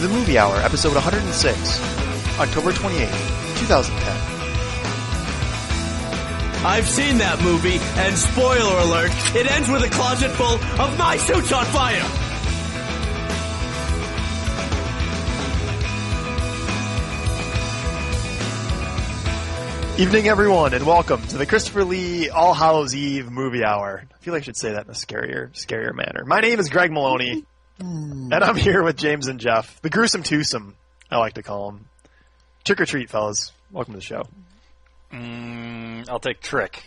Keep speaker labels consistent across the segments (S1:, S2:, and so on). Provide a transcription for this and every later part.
S1: the Movie Hour, episode 106, October 28, 2010.
S2: I've seen that movie, and spoiler alert, it ends with a closet full of my suits on fire.
S1: Evening, everyone, and welcome to the Christopher Lee All Hallows Eve Movie Hour. I feel like I should say that in a scarier, scarier manner. My name is Greg Maloney,
S3: Hmm.
S1: and I'm here with James and Jeff, the gruesome twosome, I like to call them. Trick or treat, fellas. Welcome to the show.
S4: Mm, I'll take trick.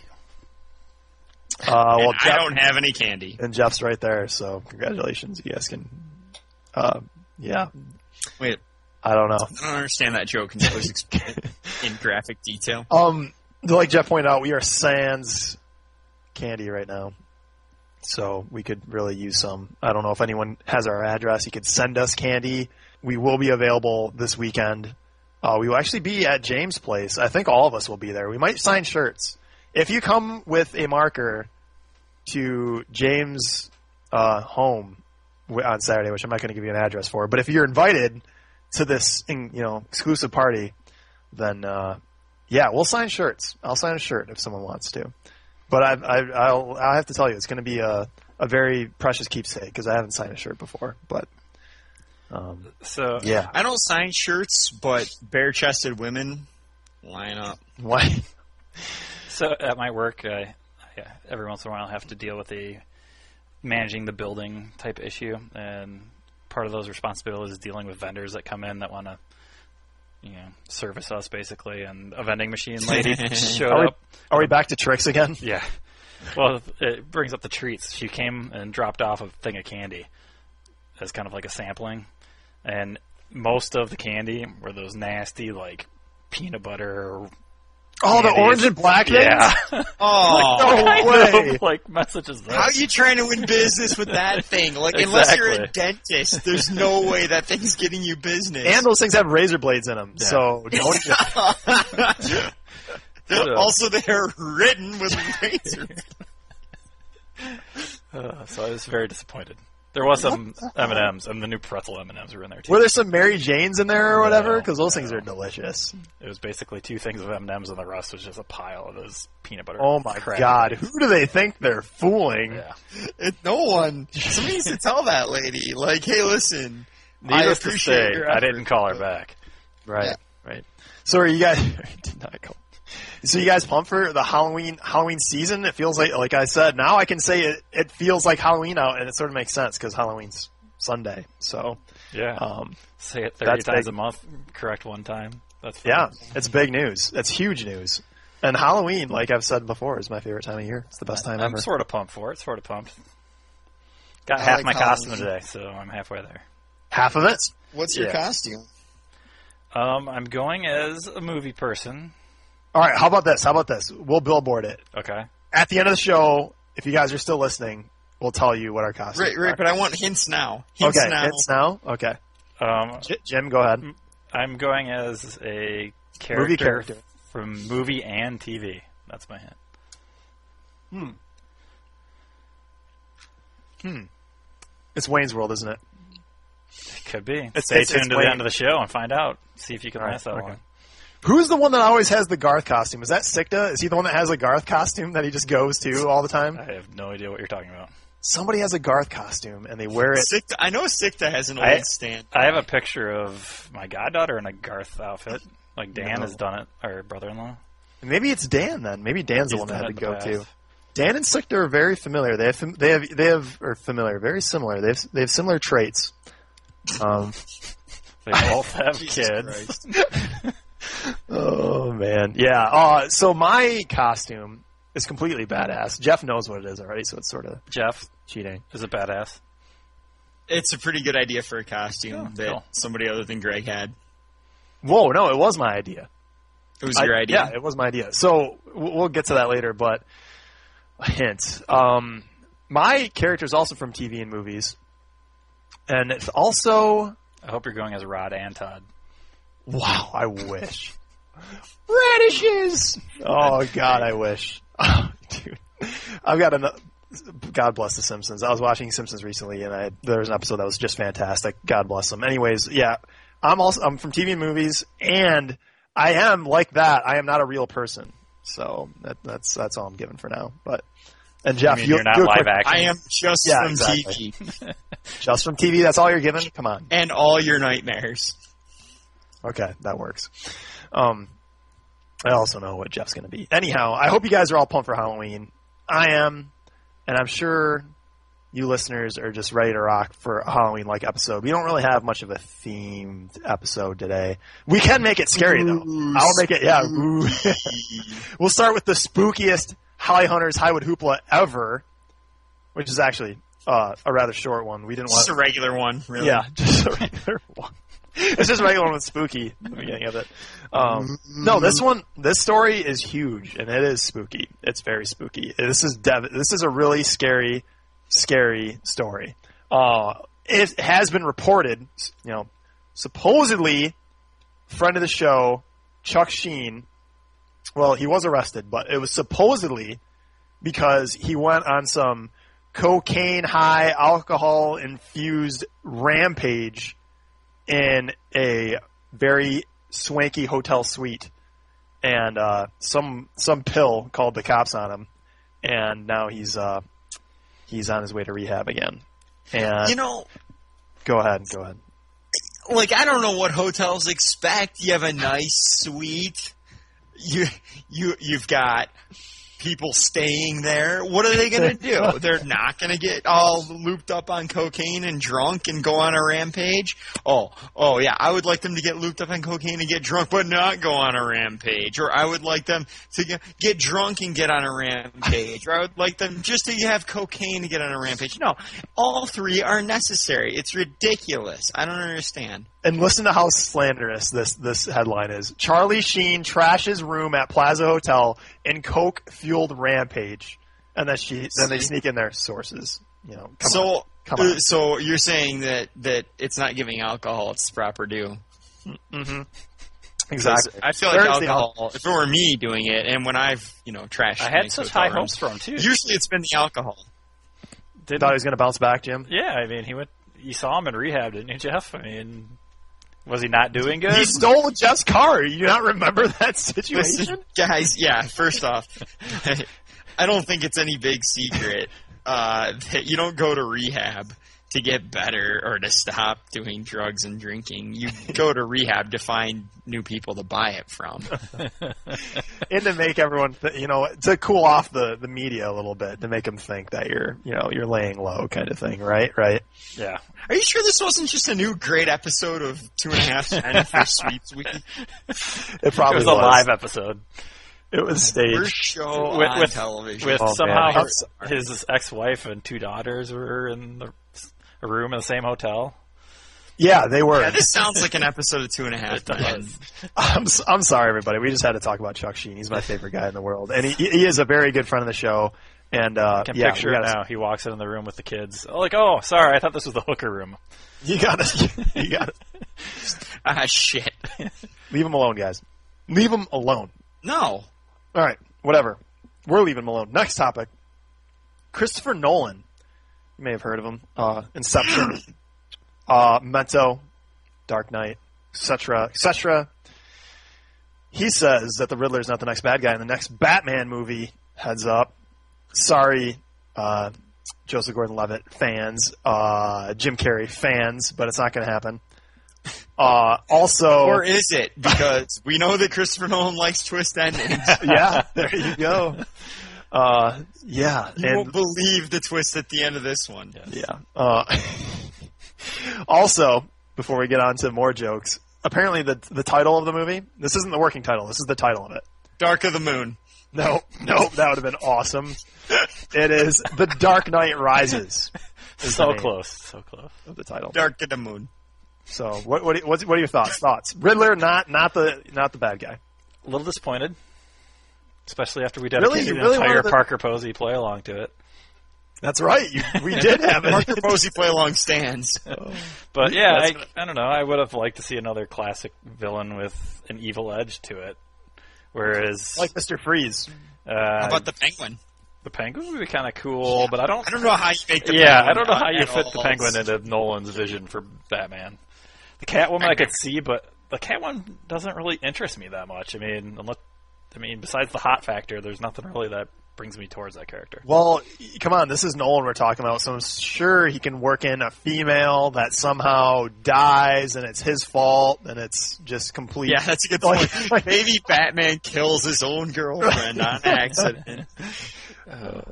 S1: Uh, well,
S3: I
S1: Jeff-
S3: don't have any candy.
S1: and Jeff's right there, so congratulations. You guys can, uh, yeah,
S3: Wait,
S1: I don't know.
S3: I don't understand that joke. Can you please explain it in graphic detail?
S1: Um, like Jeff pointed out, we are sans candy right now, so we could really use some. I don't know if anyone has our address. You could send us candy. We will be available this weekend. Uh, we will actually be at James' place. I think all of us will be there. We might sign shirts. If you come with a marker to James' uh, home wi- on Saturday, which I'm not going to give you an address for, but if you're invited to this, in- you know, exclusive party, then uh, yeah, we'll sign shirts. I'll sign a shirt if someone wants to. But I, I, I'll, I have to tell you, it's going to be a, a very precious keepsake because I haven't signed a shirt before. But um,
S4: So
S1: yeah,
S3: I don't sign shirts, but bare-chested women line up.
S1: why?
S4: so at my work, I, yeah, every once in a while I have to deal with a managing the building type issue, and part of those responsibilities is dealing with vendors that come in that want to, you know, service us basically. And a vending machine lady showed
S1: Are we-
S4: up.
S1: Are we back to tricks again?
S4: Yeah. Well, it brings up the treats. She came and dropped off a thing of candy as kind of like a sampling. And most of the candy were those nasty, like, peanut butter or
S1: Oh, the
S4: Candies.
S1: orange and black things.
S4: Yeah.
S3: Oh,
S1: No
S4: kind
S1: way.
S4: of, like messages this.
S3: how are you trying to win business with that thing? Like, unless you're a dentist, there's no way that thing's getting you business.
S1: And those things have razor blades in them.
S4: Yeah.
S1: So don't.
S3: also, they're written with razor.
S4: Uh, so I was very disappointed. There was some M and M's, and the new pretzel M and M's were in there too.
S1: Were there some Mary Janes in there or whatever?
S4: No,
S1: Because those things
S4: no.
S1: are delicious.
S4: It was basically two things of M and M's, and the rest was just a pile of those peanut butter.
S1: Oh my
S4: crap.
S1: god, who do they think they're fooling?
S4: Yeah.
S3: It, no one. Somebody needs to tell that lady, like, hey, listen.
S4: Needless
S3: I
S4: to
S3: appreciate
S4: say,
S3: your
S4: I
S3: effort,
S4: didn't call her back.
S1: Right, right. So are you guys? did not go. So you guys pumped for the Halloween Halloween season? It feels like, like I said, now I can say it. It feels like Halloween out, and it sort of makes sense because Halloween's Sunday. So
S4: Yeah.
S1: um,
S4: Uh, Say it thirty
S1: that's
S4: times
S1: big.
S4: a month. Correct one time. That's fine.
S1: yeah, it's big news. It's huge news. And Halloween, like I've said before, is my favorite time of year. It's the best time
S4: I'm
S1: ever.
S4: sort of pumped for it. Sort of pumped. Got
S3: I
S4: half
S3: like
S4: my costume
S3: Halloween.
S4: today, so I'm halfway there.
S1: Half of it.
S3: What's
S4: Yeah.
S3: your costume?
S4: Um, I'm going as a movie person.
S1: All right. How about this? How about this? We'll billboard it
S4: Okay.
S1: at the end of the show. If you guys are still listening, we'll tell you what our costume.
S3: Right, right, but I want hints now. Hints
S1: Okay.
S3: now.
S1: It's now. Okay.
S4: Um,
S1: J- Jim, go ahead.
S4: I'm going as a character,
S1: Movie character.
S4: from movie and TV. That's my hint.
S1: It's Wayne's World, isn't it?
S4: It could be.
S1: It's-
S4: Stay
S1: it's-
S4: tuned
S1: it's
S4: to
S1: way-
S4: the end of the show and find out. See if you can
S1: All right,
S4: last that
S1: okay.
S4: long.
S1: Who's the one that always has the Garth costume? Is that Sikta? Is he the one that has a Garth costume that he just goes to all the time?
S4: I have no idea what you're talking about.
S1: Somebody has a Garth costume and they wear it.
S3: Sikta, I know Sikta has an old
S4: I-
S3: stand.
S4: I have a picture of my goddaughter in a Garth outfit. Like Dan
S1: No.
S4: has done it, our brother-in-law.
S1: Maybe it's Dan then. Maybe Dan's the
S4: He's
S1: one that
S4: done
S1: had
S4: it
S1: to
S4: in
S1: go
S4: the past.
S1: to. Dan and Sikta are very familiar. They have fam- they have they have are familiar, very similar. They have they have similar traits. Um,
S4: They both have kids.
S1: oh man, yeah. Uh, so my costume is completely badass. Jeff knows what it is already, so it's sort of
S4: Jeff
S1: cheating.
S4: is a badass.
S3: It's a pretty good idea for a costume
S4: Yeah,
S3: that
S4: cool.
S3: somebody other than Greg had.
S1: Whoa, no, it was my idea.
S3: It was
S1: I-
S3: your idea.
S1: Yeah, it was my idea. So w- we'll get to that later, but a hint. Um, my character is also from TV and movies, and it's also
S4: I hope you're going as Rod and Todd.
S1: wow. I wish radishes. Oh God, I wish. Oh, dude, I've got another. God bless the Simpsons. I was watching Simpsons recently, and I there was an episode that was just fantastic. God bless them. Anyways, yeah, I'm also I'm from TV and movies, and I am like that. I am not a real person, so that, that's that's all I'm giving for now. But and Jeff,
S4: I mean,
S1: you,
S4: you're not
S1: do a
S4: live
S1: quick-
S4: action.
S3: I am just
S1: Yeah,
S3: from
S1: exactly.
S3: TV
S1: just from TV. That's all you're giving. Come on.
S3: and all your nightmares.
S1: Okay, that works. Um, I also know what Jeff's going to be. Anyhow, I hope you guys are all pumped for Halloween. I am, and I'm sure you listeners are just ready to rock for a Halloween-like episode. We don't really have much of a themed episode today. We can make it scary though.
S3: Ooh,
S1: I'll make it. Yeah, ooh. we'll start with the spookiest Holly Hunters Highwood Hoopla ever, which is actually uh, a rather short one. We didn't want
S3: Just a regular one, really.
S1: yeah, just a regular one. It's just a regular one with spooky at the beginning of it. Um, no, this one, this story is huge, and it is spooky. It's very spooky. This is dev- This is a really scary, scary story. Uh, it has been reported, s- you know, supposedly, friend of the show, Chuck Sheen. Well, he was arrested, but it was supposedly because he went on some cocaine high alcohol infused rampage in a very swanky hotel suite and uh, some some pill called the cops on him and now he's uh, he's on his way to rehab again and
S3: You know,
S1: go ahead go ahead
S3: like I don't know what hotels expect. You have a nice suite. You you you've got people staying there. What are they going to do? They're not going to get all looped up on cocaine and drunk and go on a rampage. Oh, oh yeah, I would like them to get looped up on cocaine and get drunk but not go on a rampage or I would like them to get, get drunk and get on a rampage or I would like them just to have cocaine and get on a rampage. No, all three are necessary. It's ridiculous. I don't understand.
S1: and listen to how slanderous this this headline is charlie sheen trashes room at plaza hotel in coke fueled rampage and then she then they sneak in their sources you know come
S3: so,
S1: on, come on.
S3: uh, so you're saying that that it's not giving alcohol its proper due.
S1: Mm-hmm.
S3: 'Cause
S1: Exactly.
S3: I feel like
S1: There's the
S3: alcohol, If it were me doing it, and when I've you know trashed,
S4: I had
S3: nice
S4: such
S3: hotel
S4: high
S3: rooms,
S4: hopes for him too.
S3: Usually, it's been the alcohol.
S1: You
S4: Didn't-
S1: thought he was going to bounce back, Jim.
S4: yeah, I mean, he went. You saw him in rehab, didn't you, Jeff? I mean, was he not doing good?
S1: He stole Jeff's car. You not remember that
S3: Listen,
S1: situation?
S3: guys, yeah. First off, I don't think it's any big secret uh, that you don't go to rehab to get better or to stop doing drugs and drinking. You go to rehab to find new people to buy it from.
S1: and to make everyone, th- you know, to cool off the, the media a little bit, to make them think that you're, you know, you're laying low, kind of thing, right? Right.
S4: yeah,
S3: Are you sure this wasn't just a new great episode of Two and a Half Men for Sweeps Week?
S1: It
S4: it
S1: probably
S4: was a live episode
S1: It was
S3: First
S1: staged.
S3: show
S4: With-
S3: on
S4: with-
S3: television.
S4: with
S1: Oh, man.
S4: somehow her-
S1: That's-
S4: his ex-wife and two daughters were in the s- a room in the same hotel.
S1: Yeah, they were.
S3: yeah, this sounds like an episode of Two and a Half Men.
S1: I'm, s- I'm sorry, everybody. We just had to talk about Chuck Sheen. He's my favorite guy in the world, and he, he is a very good friend of the show. And uh,
S4: can
S1: yeah, we
S4: picture it
S1: gotta-
S4: now. He walks in the room with the kids. Oh, like, oh, sorry, I thought this was the hooker room.
S1: You gotta, you gotta
S3: Ah, shit.
S1: leave him alone, guys. Leave him alone.
S3: No.
S1: All right, whatever. We're leaving him alone. Next topic. Christopher Nolan. You may have heard of him. Uh, Inception, uh, Memento, Dark Knight, etc., etc. He says that the Riddler is not the next bad guy in the next Batman movie. Heads up. Sorry, uh, Joseph Gordon-Levitt fans, uh, Jim Carrey fans, but it's not going to happen. Uh, also,
S3: Or Oh, is it? Because we know that Christopher Nolan likes twist endings.
S1: yeah, there you go. Uh, yeah,
S3: You
S1: and
S3: won't believe the twist at the end of this one.
S1: yeah. Uh, also, before we get on to more jokes, apparently the the title of the movie. This isn't the working title. This is the title of it.
S3: Dark of the Moon.
S1: No, no, that would have been awesome. It is The Dark Knight Rises. is the
S4: So
S1: name
S4: close, so close.
S1: of the title.
S3: Dark of the Moon.
S1: So, what what what's- what are your thoughts? Thoughts? Riddler, not not the not the bad guy.
S4: A little disappointed, especially after we dedicated
S1: you
S4: an
S1: really
S4: entire
S1: wanted the-
S4: Parker Posey play along to it.
S1: That's right. You, we did have it.
S3: Parker Posey play along stands.
S4: Uh, But yeah,
S1: That's
S4: I, I don't know. I would have liked to see another classic villain with an evil edge to it. Whereas,
S1: like Mister Freeze.
S4: uh,
S3: How about the Penguin?
S4: The penguin would be kind of cool, but I don't.
S3: I don't know how you make the
S4: yeah,
S3: penguin
S4: I don't know how you
S3: at
S4: fit the
S3: all.
S4: penguin into Nolan's vision for Batman. The Catwoman I, could see, but the Catwoman doesn't really interest me that much. I mean, unless, I mean, besides the hot factor, there's nothing really that brings me towards that character.
S1: Well, y- come on, this is Nolan we're talking about, so I'm sure he can work in a female that somehow dies and it's his fault and it's just complete.
S3: Yeah, that's a good
S1: Like-
S3: point. Maybe Batman kills his own girlfriend on accident.
S4: I heard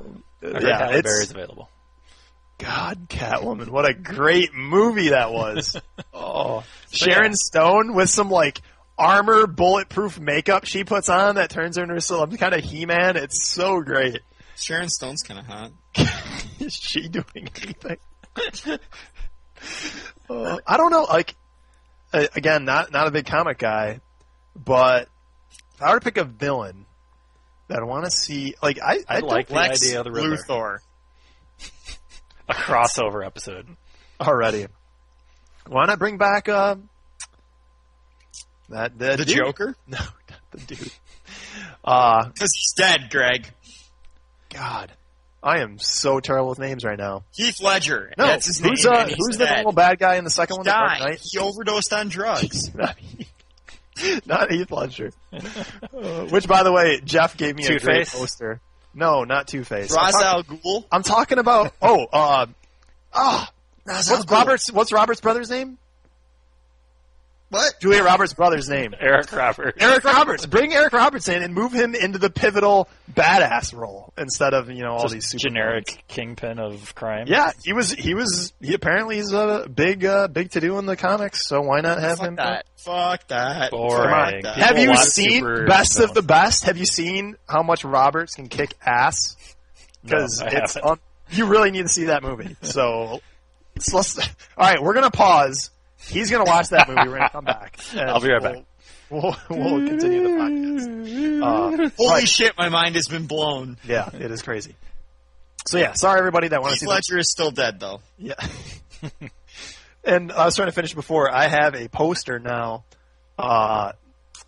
S1: yeah,
S4: Halle Berry's
S1: it's
S4: available.
S1: God, Catwoman. What a great movie that was. oh, Sharon Stone with some like armor, bulletproof makeup she puts on that turns her into some kind of He-Man. It's so great.
S3: Sharon Stone's kind of hot.
S1: is she doing anything? Uh, I don't know. Like uh, again, not not a big comic guy, but if I were to pick a villain that I want to see, like I I
S4: I'd like the
S3: Lex
S4: idea of the Riddler.
S3: Luthor.
S4: A crossover episode.
S1: already. Why not bring back uh that that
S3: The
S1: dude?
S3: Joker?
S1: No, not the dude. Uh
S3: Because he's dead, Greg.
S1: God, I am so terrible with names right now.
S3: Heath Ledger.
S1: No,
S3: That's his
S1: who's
S3: name,
S1: uh,
S3: and he's
S1: who's the
S3: dead.
S1: normal bad guy in the second
S3: He
S1: one? The Dark
S3: died.
S1: Knight?
S3: He overdosed on drugs.
S1: not Heath- not Heath Ledger. Uh, which, by the way, Jeff gave me a great
S4: Two-Face?
S1: poster. No, not Two Face. I'm,
S3: Ra's
S1: talk-
S3: al Ghul?
S1: I'm talking about oh, uh, ah,
S3: Ra's al
S1: what's
S3: Ghul.
S1: Robert's? What's Robert's brother's name?
S3: What?
S1: Julia Roberts' brother's name.
S4: Eric Roberts.
S1: Eric Roberts. Bring Eric Roberts in and move him into the pivotal badass role instead of you know all
S4: Just
S1: these super
S4: generic kingpin of crime.
S1: Yeah, he was. He was. He apparently is a big, uh, big to do in the comics. So why not have him?
S3: Fuck that. Fuck that.
S4: Boring.
S3: Fuck that.
S4: People
S1: Have you
S4: want
S1: seen
S4: super
S1: Best of
S4: villains.
S1: the Best? Have you seen how much Roberts can kick ass? Because
S4: No, I
S1: it's
S4: haven't.
S1: un- you really need to see that movie. So, so let's. All right, we're gonna pause. He's gonna watch that movie. We're gonna come back. and
S4: I'll be right back.
S1: We'll, we'll, we'll continue the podcast. Uh,
S3: Holy
S1: right,
S3: shit, my mind has been blown.
S1: yeah, it is crazy. So yeah, sorry everybody that wants
S3: Heath
S1: to see the
S3: Ledger is still dead, though.
S1: Yeah. and I was trying to finish before. I have a poster now. Uh,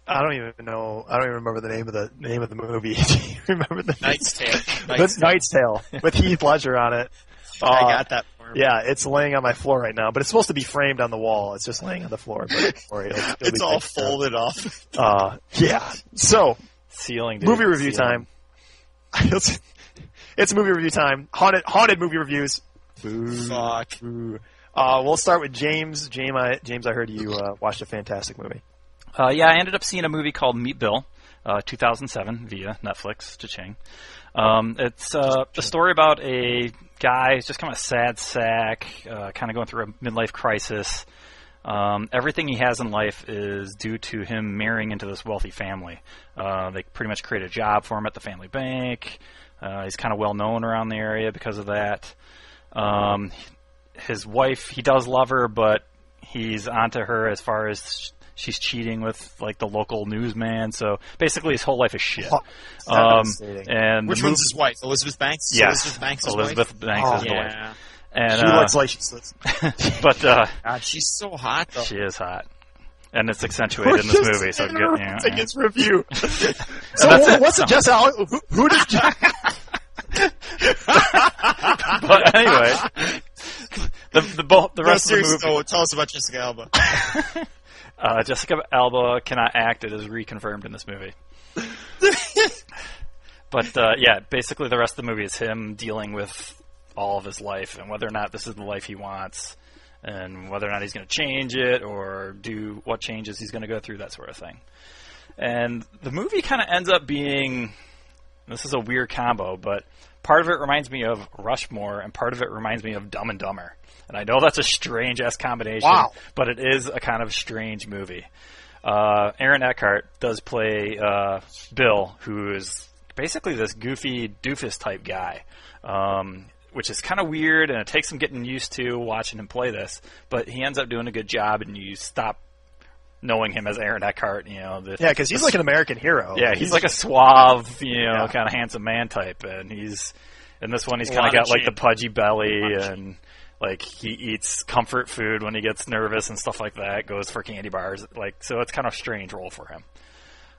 S1: I don't even know. I don't even remember the name of the name of the movie. Do you remember the
S3: Knight's Tale.
S1: name?
S3: Knight's
S1: The Knight's Tale with Heath Ledger on it.
S3: I
S1: Uh,
S3: got that for him.
S1: Yeah, it's laying on my floor right now, but it's supposed to be framed on the wall. It's just laying on the floor. But don't worry, it'll- it'll
S3: It's
S1: be
S3: all
S1: fixed up.
S3: folded up.
S1: Uh, yeah. So
S4: Ceiling. Dude.
S1: movie review
S4: Ceiling.
S1: time. it's, it's movie review time. Haunted haunted movie reviews.
S3: Fuck.
S1: Uh, we'll start with James. James, I, James, I heard you uh, watched a fantastic movie.
S4: Uh, yeah, I ended up seeing a movie called Meet Bill, uh, 2007 via Netflix. Cha-ching. Um, it's uh, a story about a guy who's just kind of a sad sack, uh, kind of going through a midlife crisis. Um, everything he has in life is due to him marrying into this wealthy family. Uh, they pretty much create a job for him at the family bank. Uh, he's kind of well known around the area because of that. Um, his wife, he does love her, but he's onto her as far as she's cheating with like the local newsman. So basically, his whole life is shit. Um,
S1: Devastating.
S4: and
S3: Which
S4: the
S3: one's his wife? Elizabeth Banks?
S4: Yes.
S3: Elizabeth Banks'
S4: Elizabeth Banks
S1: Oh,
S4: is
S3: wife?
S4: the wife.
S3: Yeah.
S4: And,
S1: she
S4: uh,
S1: looks like she's.
S4: but uh,
S3: God, she's so hot, though.
S4: she is hot, and it's accentuated in this movie. So good, you know,
S1: Take
S4: yeah.
S1: his review. so
S4: that's
S1: what,
S4: it.
S1: what's it, Jess? Al, who, who does Jess?
S4: but anyway, the the, bo- the
S3: No,
S4: rest of the
S3: seriously,
S4: movie,
S3: though, tell us about Jessica Alba.
S4: uh, Jessica Alba cannot act. It is reconfirmed in this movie. but uh, yeah, basically the rest of the movie is him dealing with all of his life and whether or not this is the life he wants, and whether or not he's going to change it or do what changes he's going to go through, that sort of thing. And the movie kind of ends up being this is a weird combo, but part of it reminds me of Rushmore, and part of it reminds me of Dumb and Dumber. And I know that's a strange ass combination,
S1: Wow.
S4: but it is a kind of strange movie. Uh, Aaron Eckhart does play uh, Bill, who is basically this goofy doofus type guy, um, which is kind of weird, and it takes some getting used to watching him play this. But he ends up doing a good job, and you stop knowing him as Aaron Eckhart. You know, the,
S1: Yeah, because he's like an American hero.
S4: yeah, he's like a suave, you know,
S1: Oh, Yeah.
S4: kind of handsome man type, and he's in this one he's
S3: A
S4: kind
S3: lot
S4: of
S3: of
S4: got like the
S3: chin.
S4: pudgy belly and like he eats comfort food when he gets nervous and stuff like that. Goes for candy bars, like so it's kind of a strange role for him.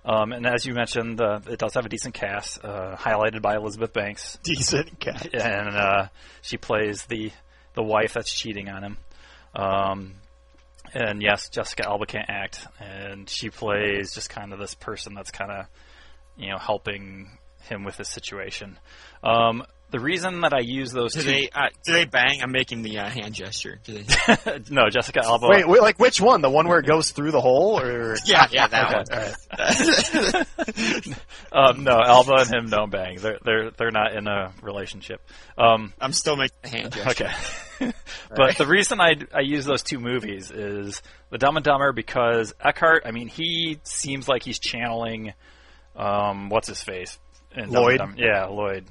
S4: Um, and as you mentioned, uh, it does have a decent cast, uh, highlighted by Elizabeth Banks,
S1: Decent cat.
S4: and uh, she plays the the wife that's cheating on him. Um, and yes, Jessica Alba can't act, and she plays just kind of this person that's kind of you know helping him with his situation. Um, the reason that I use those
S3: Do
S4: two,
S3: they uh, do they bang? I'm making the uh, hand gesture. Do they-
S4: no, Jessica Alba.
S1: Wait, wait, like which one? The one where it goes through the hole, or
S3: yeah, yeah, that one.
S1: All right.
S4: Um, no, Alba and him don't bang. They're they're they're not in a relationship. Um,
S3: I'm still making the hand gesture.
S4: okay, but the reason I I use those two movies is The Dumb and Dumber because Eckhart. I mean, he seems like he's channeling um, what's his face in Dumb and
S1: Lloyd?
S4: Dumber. Yeah, Lloyd.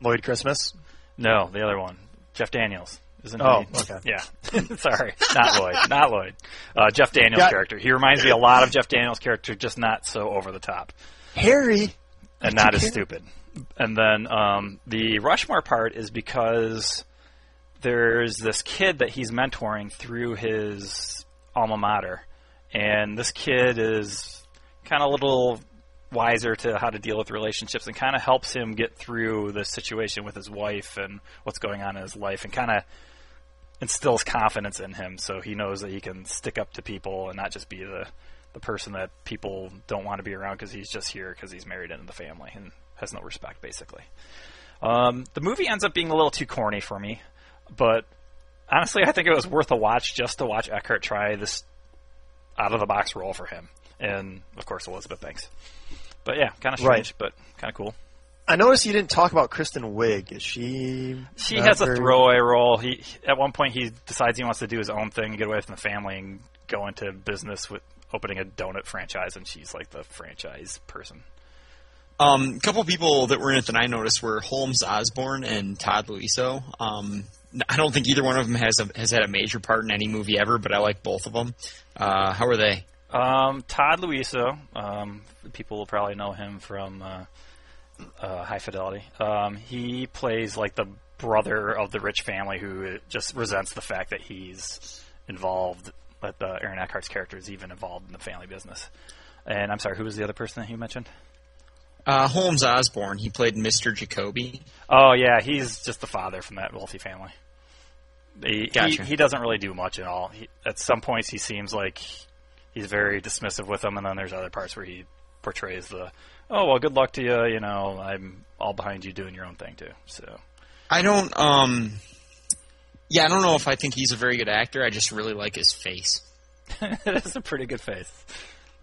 S1: Lloyd Christmas?
S4: No, the other one, Jeff Daniels. Isn't
S1: Oh,
S4: he?
S1: okay.
S4: Yeah, sorry, not Lloyd, not Lloyd. Uh, Jeff Daniels'
S1: Got-
S4: character. He reminds me a lot of Jeff Daniels' character, just not so over the top.
S1: Harry.
S4: and not as stupid. And then um, the Rushmore part is because there's this kid that he's mentoring through his alma mater, and this kid is kind of a little wiser to how to deal with relationships and kind of helps him get through the situation with his wife and what's going on in his life and kind of instills confidence in him so he knows that he can stick up to people and not just be the the person that people don't want to be around because he's just here because he's married into the family and has no respect, basically. Um, the movie ends up being a little too corny for me, but honestly, I think it was worth a watch just to watch Eckhart try this out of the box role for him, and of course Elizabeth Banks. But yeah, kind of strange, but kind of cool.
S1: I noticed you didn't talk about Kristen Wiig. Is she?
S4: She
S1: not
S4: has a
S1: very-
S4: throwaway role. He at one point he decides he wants to do his own thing, get away from the family, and go into business with opening a donut franchise, and she's like the franchise person.
S3: Um, a couple people that were in it that I noticed were Holmes Osborne and Todd Luiso. Um, n- I don't think either one of them has a, has had a major part in any movie ever, but I like both of them. Uh, how are they?
S4: Um, Todd Luiso, um, people will probably know him from uh, uh, High Fidelity. Um, he plays like the brother of the rich family who uh, just resents the fact that he's involved, that the Aaron Eckhart's character is even involved in the family business. And I'm sorry, who was the other person that you mentioned?
S3: Uh, Holmes Osborne. He played Mr. Jacoby.
S4: Oh yeah, he's just the father from that wealthy family. He,
S3: Gotcha.
S4: he, he doesn't really do much at all. He, at some points, he seems like he's very dismissive with them, and then there's other parts where he portrays the, oh well, good luck to you. You know, I'm all behind you doing your own thing too. So
S3: I don't. Um, yeah, I don't know if I think he's a very good actor. I just really like his face.
S4: that's a pretty good face,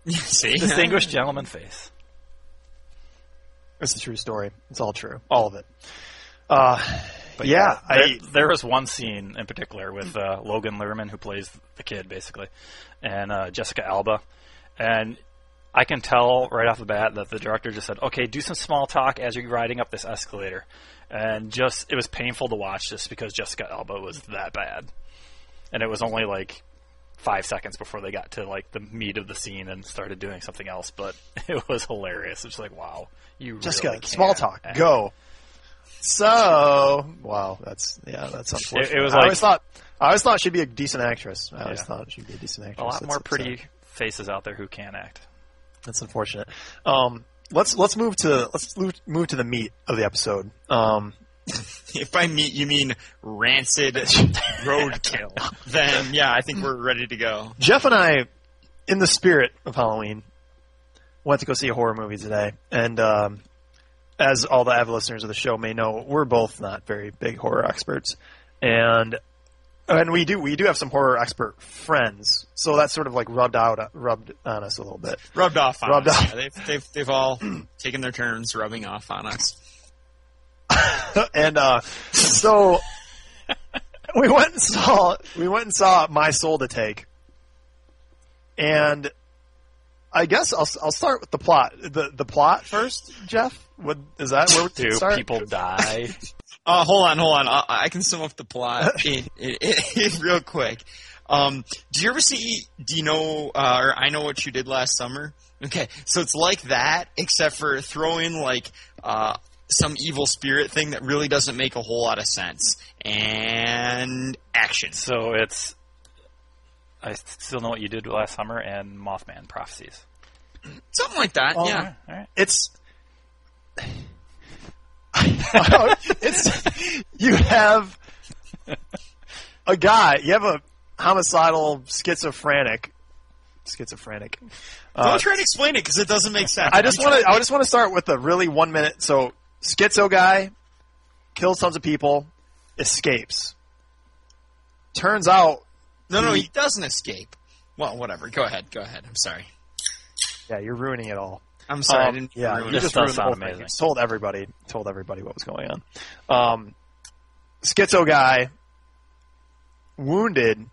S3: See,
S4: distinguished gentleman face.
S1: It's a true story. It's all true.
S4: Oh.
S1: All of it. Uh, but yeah,
S4: there,
S1: I,
S4: there was one scene in particular with uh, Logan Lerman, who plays the kid basically, and uh, Jessica Alba, and I can tell right off the bat that the director just said, "Okay, do some small talk as you're riding up this escalator," and just it was painful to watch just because Jessica Alba was that bad, and it was only like five seconds before they got to like the meat of the scene and started doing something else, but it was hilarious. It's like, wow, you
S1: Jessica,
S4: really
S1: small
S4: can't
S1: talk.
S4: act.
S1: Go. So wow, that's yeah, that's unfortunate.
S4: It- it was
S1: I
S4: like-
S1: always thought I always thought she'd be a decent actress. I always
S4: Yeah.
S1: thought she'd be a decent actress.
S4: A lot
S1: That's
S4: more
S1: upsetting.
S4: pretty faces out there who can act.
S1: That's unfortunate. Um, let's let's move to let's lo- move to the meat of the episode. Um,
S3: if by meat you mean rancid roadkill, then yeah, I think we're ready to go.
S1: Jeff and I, in the spirit of Halloween, went to go see a horror movie today, and um, as all the avid listeners of the show may know, we're both not very big horror experts, and and we do we do have some horror expert friends, so that's sort of like rubbed out rubbed on us a little bit.
S3: Rubbed off on
S1: Rubbed
S3: us.
S1: off.
S3: Yeah, they've, they've, they've all taken their turns rubbing off on us.
S1: and uh, so we went and saw we went and saw My Soul to Take, and I guess I'll I'll start with the plot the the plot first. Jeff, what is that where we
S4: Do
S1: start?
S4: people die?
S3: Uh, hold on, hold on. I, I can sum up the plot in, in, in, real quick. Um, do you ever see? Do you know? Uh, or I know what you did last summer. Okay, so it's like that, except for throw in like uh, some evil spirit thing that really doesn't make a whole lot of sense and action.
S4: so it's. I still know what you did last summer and Mothman prophecies.
S3: Something like that.
S1: Oh,
S3: yeah.
S4: All right.
S1: it's it's you have a guy you have a homicidal schizophrenic schizophrenic uh,
S3: Don't try to explain it because it doesn't make sense.
S1: i just
S3: You try-
S1: want to i just want to start with a really one minute so schizo guy kills tons of people escapes turns out
S3: No, no, he doesn't escape. Well, whatever. Go ahead. Go ahead. I'm sorry.
S1: yeah you're ruining it all
S3: I'm sorry. I
S1: Um,
S3: didn't
S1: yeah,
S3: ruin
S1: you
S4: This
S3: it.
S1: just
S4: does
S1: ruined the
S4: sound
S1: whole thing.
S4: amazing.
S1: You just told everybody, told everybody what was going on. Um, schizo guy, wounded,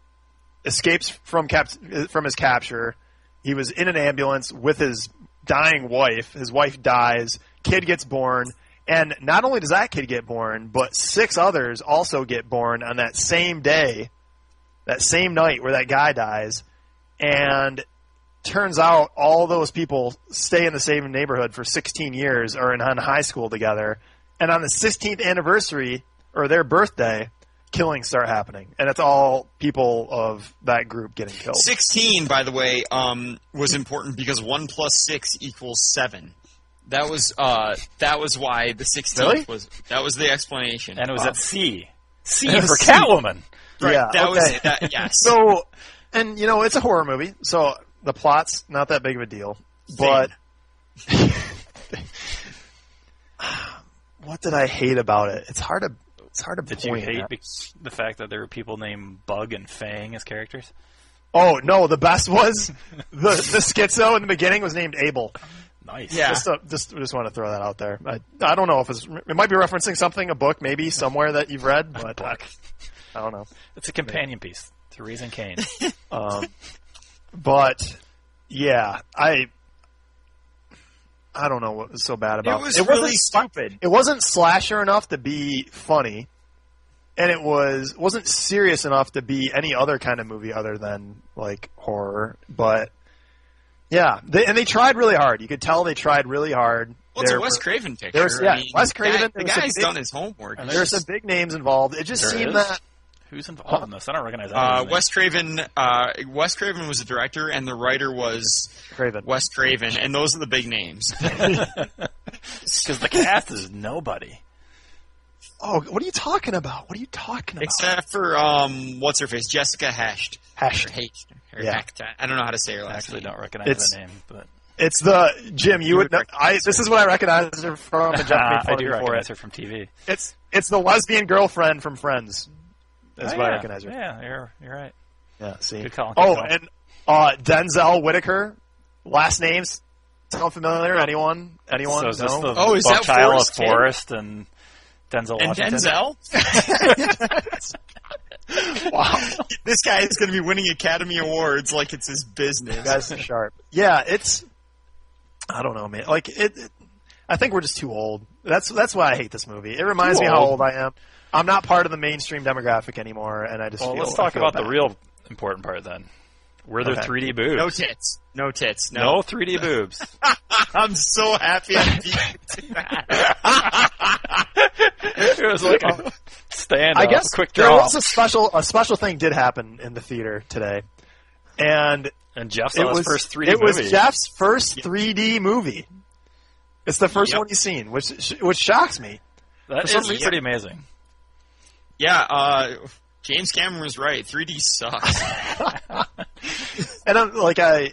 S1: escapes from cap- from his capture. He was in an ambulance with his dying wife. His wife dies. Kid gets born, and not only does that kid get born, but six others also get born on that same day, that same night where that guy dies, and turns out all those people stay in the same neighborhood for 16 years or in, in high school together and on the 16th anniversary or their birthday killings start happening and it's all people of that group getting killed
S3: 16, by the way, um, was important because 1 plus 6 equals 7. That was uh, that was why the 16th
S1: Really?
S3: was that was the explanation.
S4: And it was at C. C
S1: It was
S4: for
S1: C.
S4: Catwoman.
S3: right,
S1: yeah
S3: that was
S1: okay.
S3: that yes.
S1: so and you know it's a horror movie so the plot's not that big of a deal but what did i hate about it it's hard to it's hard to
S4: Did you
S1: point
S4: hate
S1: at.
S4: be- the fact that there were people named Bug and Fang as characters?
S1: Oh no, the best was the the schizo in the beginning was named Abel.
S4: Nice.
S3: Yeah.
S1: Just uh, just just want to throw that out there. I, I don't know if it's it might be referencing something, a book maybe somewhere that you've read, but I, I don't know.
S4: It's a companion piece to Reason Kane.
S1: Um, but yeah, I I don't know what was so bad about
S3: it was
S1: wasn't
S3: really stupid.
S1: it wasn't slasher enough to be funny, and it was wasn't serious enough to be any other kind of movie other than like horror. But yeah, they, and they tried really hard. You could tell they tried really hard.
S3: Well, it's a
S1: There
S3: Wes
S1: were-
S3: Craven picture.
S1: there's- yeah,
S3: I mean,
S1: Wes
S3: the
S1: Craven,
S3: guy- The
S1: there's a
S3: guy's
S1: big-
S3: done his homework.
S4: and
S1: There were some big names involved. It just
S4: There
S1: seemed
S4: is?
S1: that
S4: Who's involved in this? I don't recognize any
S3: Uh,
S4: of these
S3: Wes Craven. Uh, Wes Craven was the director, and the writer was
S1: Craven.
S3: Wes Craven, and those are the big names.
S4: Because the cast is nobody.
S1: Oh, what are you talking about? What are you talking about?
S3: Except for um, what's her face, Jessica Hesht.
S1: Hesht.
S3: Hesht. Or
S1: Yeah.
S3: Hecht. I don't know how to say her
S4: I
S3: last
S4: actually
S3: name.
S4: don't recognize
S1: It's-
S4: the name, but
S1: It's the Jim. You,
S3: You
S1: would.
S3: would
S1: Know, I. This is what I recognize her from. And Jeff made
S4: I
S1: fun of
S4: do
S1: me for
S4: recognize
S1: it.
S4: her from TV.
S1: It's it's the lesbian girlfriend from Friends. That's
S4: Oh,
S1: what
S4: yeah.
S1: I recognize her.
S4: Yeah, you're, you're right.
S1: Yeah, see.
S4: Good call, good
S1: oh,
S4: call.
S1: and uh, Denzel Whitaker. Last names sound familiar? Anyone? Anyone?
S4: So is this
S1: no.
S4: the
S3: Oh, is
S4: Buck
S3: that
S4: Child
S3: Forrest
S4: of
S3: Kane?
S4: Forrest and Denzel
S3: And
S4: Washington?
S3: Denzel?
S1: wow,
S3: This guy is going to be winning Academy Awards like it's his
S1: you
S3: business.
S1: guys are sharp. Yeah, it's. I don't know, man. Like it, it- I think we're just too old. That's that's why I hate this movie. It reminds
S4: Too
S1: me how
S4: old.
S1: old I am. I'm not part of the mainstream demographic anymore, and I just
S4: Well,
S1: feel.
S4: let's
S1: I
S4: talk
S1: feel
S4: about
S1: bad.
S4: the real important part then. Were there
S1: Okay.
S4: 3D boobs?
S3: No tits. No tits. No.
S4: No 3D boobs.
S3: I'm so happy I beat you to that.
S4: it was like a stand
S1: I guess
S4: quick
S1: there
S4: draw.
S1: was a special a special thing did happen in the theater today, and
S4: and Jeff saw
S1: it
S4: his
S1: was
S4: first 3D
S1: It
S4: movie.
S1: was Jeff's first 3D movie. It's the first
S3: Yep.
S1: one he's seen, which which shocks me.
S4: That
S3: for
S4: is
S3: some reason-
S4: pretty amazing.
S3: Yeah, uh, James Cameron was right. 3D sucks.
S1: And I'm like I,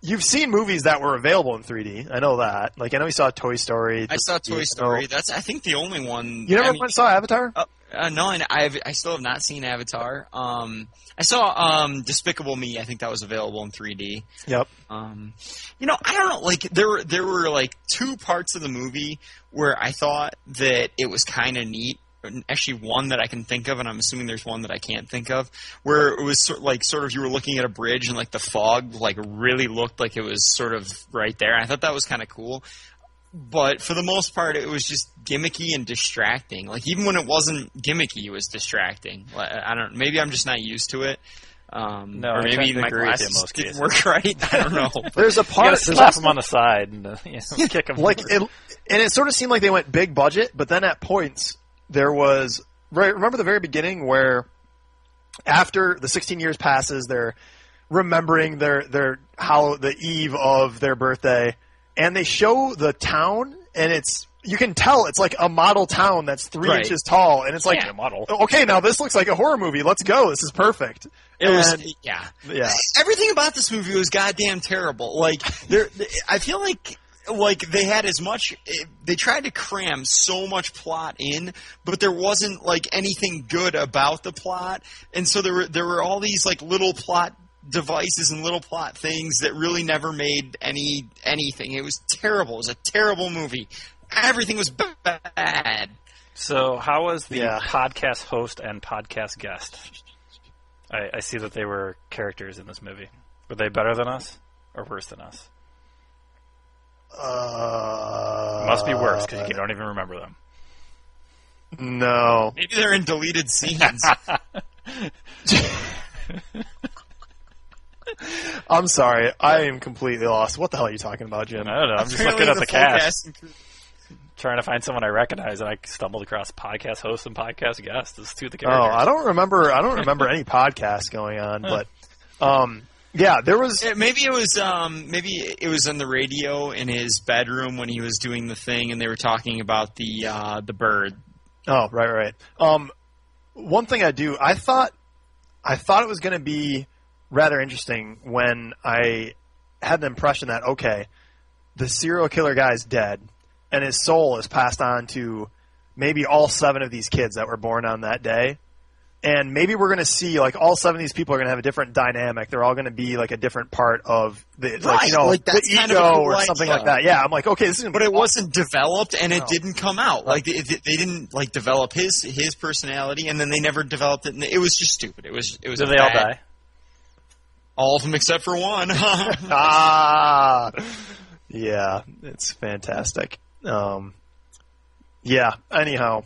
S1: you've seen movies that were available in 3D. I know that. Like I know you saw Toy Story.
S3: I saw
S1: you know.
S3: Toy Story. That's I think the only one.
S1: You never
S3: I mean,
S1: went and saw Avatar?
S3: uh, uh, no, and I've, I still have not seen Avatar. Um, I saw um, Despicable Me. I think that was available in 3D.
S1: Yep.
S3: Um, you know, I don't know. Like there were there were like two parts of the movie where I thought that it was kind of neat. and Actually, one that I can think of, and I'm assuming there's one that I can't think of, where it was sort like sort of you were looking at a bridge and like the fog like really looked like it was sort of right there. I thought that was kind of cool. But for the most part, it was just gimmicky and distracting. Like even when it wasn't gimmicky, it was distracting. Like, I don't. Maybe I'm just not used to it. Um,
S4: No,
S3: or
S4: I tend
S3: maybe
S4: to
S3: my
S4: agree with you in
S3: glasses
S4: most
S3: didn't
S4: cases.
S3: work right. I don't know.
S1: There's a
S4: You
S1: part
S4: gotta
S1: there's
S4: slap
S1: a-
S4: him on the side and uh, you know, kick him.
S1: like
S4: over.
S1: it, and it sort of seemed like they went big budget, but then at points there was right. Remember the very beginning where after the 16 years passes, they're remembering their their how the eve of their birthday, and they show the town, and it's you can tell it's like a model town that's three
S3: Right.
S1: inches tall, and it's like.
S4: Yeah, model.
S1: Okay, now this looks like a horror movie. Let's go. This is perfect.
S3: It
S1: And-
S3: was yeah.
S1: yeah.
S3: Everything about this movie was goddamn terrible. Like there, I feel like like they had as much. They tried to cram so much plot in, but there wasn't like anything good about the plot, and so there were there were all these like little plot devices and little plot things that really never made any anything. It was terrible. It was a terrible movie. Everything was bad.
S4: So, how was the
S1: Yeah.
S4: podcast host and podcast guest? I, I see that they were characters in this movie. Were they better than us or worse than us?
S1: Uh,
S4: Must be worse because you don't even remember them.
S1: No.
S3: Maybe they're in deleted scenes.
S1: I'm sorry. I am completely lost. What the hell are you talking about, Jim?
S4: I don't know. I'm just
S3: Apparently
S4: looking at the
S3: full
S4: cast,
S3: and crew-
S4: trying to find someone I recognize, and I stumbled across podcast host and podcast guest. Those two of the
S1: Oh,
S4: characters.
S1: I don't remember. I don't remember any podcast going on, but um, yeah, there was.
S3: Yeah, maybe it was um, maybe it was on the radio in his bedroom when he was doing the thing, and they were talking about the uh, the bird.
S1: Oh, right, right. Um, one thing I do, I thought, I thought it was going to be rather interesting when I had the impression that okay, the serial killer guy's dead, and his soul is passed on to maybe all seven of these kids that were born on that day. And maybe we're going to see like all seven of these people are going to have a different dynamic. They're all going to be like a different part of the like
S3: Right,
S1: you know
S3: like,
S1: the
S3: that's
S1: ego
S3: kind of a cool
S1: or something
S3: idea.
S1: like that. Yeah, I'm like okay, this is
S3: But it wasn't developed, and it
S1: No.
S3: didn't come out. Like they, they didn't like develop his his personality, and then they never developed it. And it was just stupid. It was it was.
S4: Did
S3: a
S4: they all
S3: bad-
S4: die?
S3: All of them except for one.
S1: ah, yeah, it's fantastic. Um, yeah. Anyhow,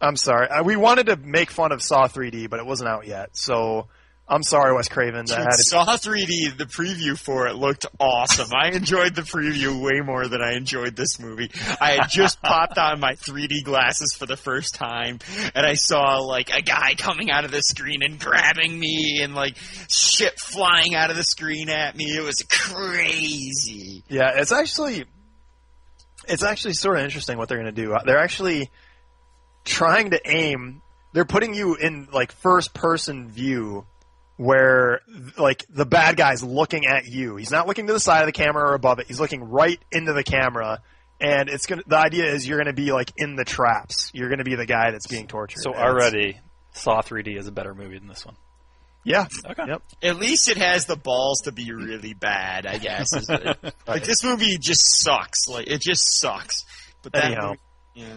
S1: I'm sorry. I, we wanted to make fun of Saw 3D, but it wasn't out yet. So I'm sorry, Wes Craven. That had
S3: Saw 3D. The preview for it looked awesome. I enjoyed the preview way more than I enjoyed this movie. I had just popped on my 3D glasses for the first time, and I saw like a guy coming out of the screen and grabbing me, and like shit flying out of the screen at me. It was crazy.
S1: Yeah, it's actually it's actually sort of interesting what they're going to do. Uh, They're actually trying to aim. They're putting you in like first person view where like the bad guy's looking at you. He's not looking to the side of the camera or above it. He's looking right into the camera and it's going to the idea is you're going to be like in the traps. You're going to be the guy that's being tortured.
S4: So
S1: And it's-
S4: already, Saw 3D is a better movie than this one.
S1: Yeah.
S4: Okay.
S1: Yep.
S3: At least it has the balls to be really bad. I guess. is- like this movie just sucks. Like it just sucks. But that
S1: Anyhow.
S3: movie- yeah,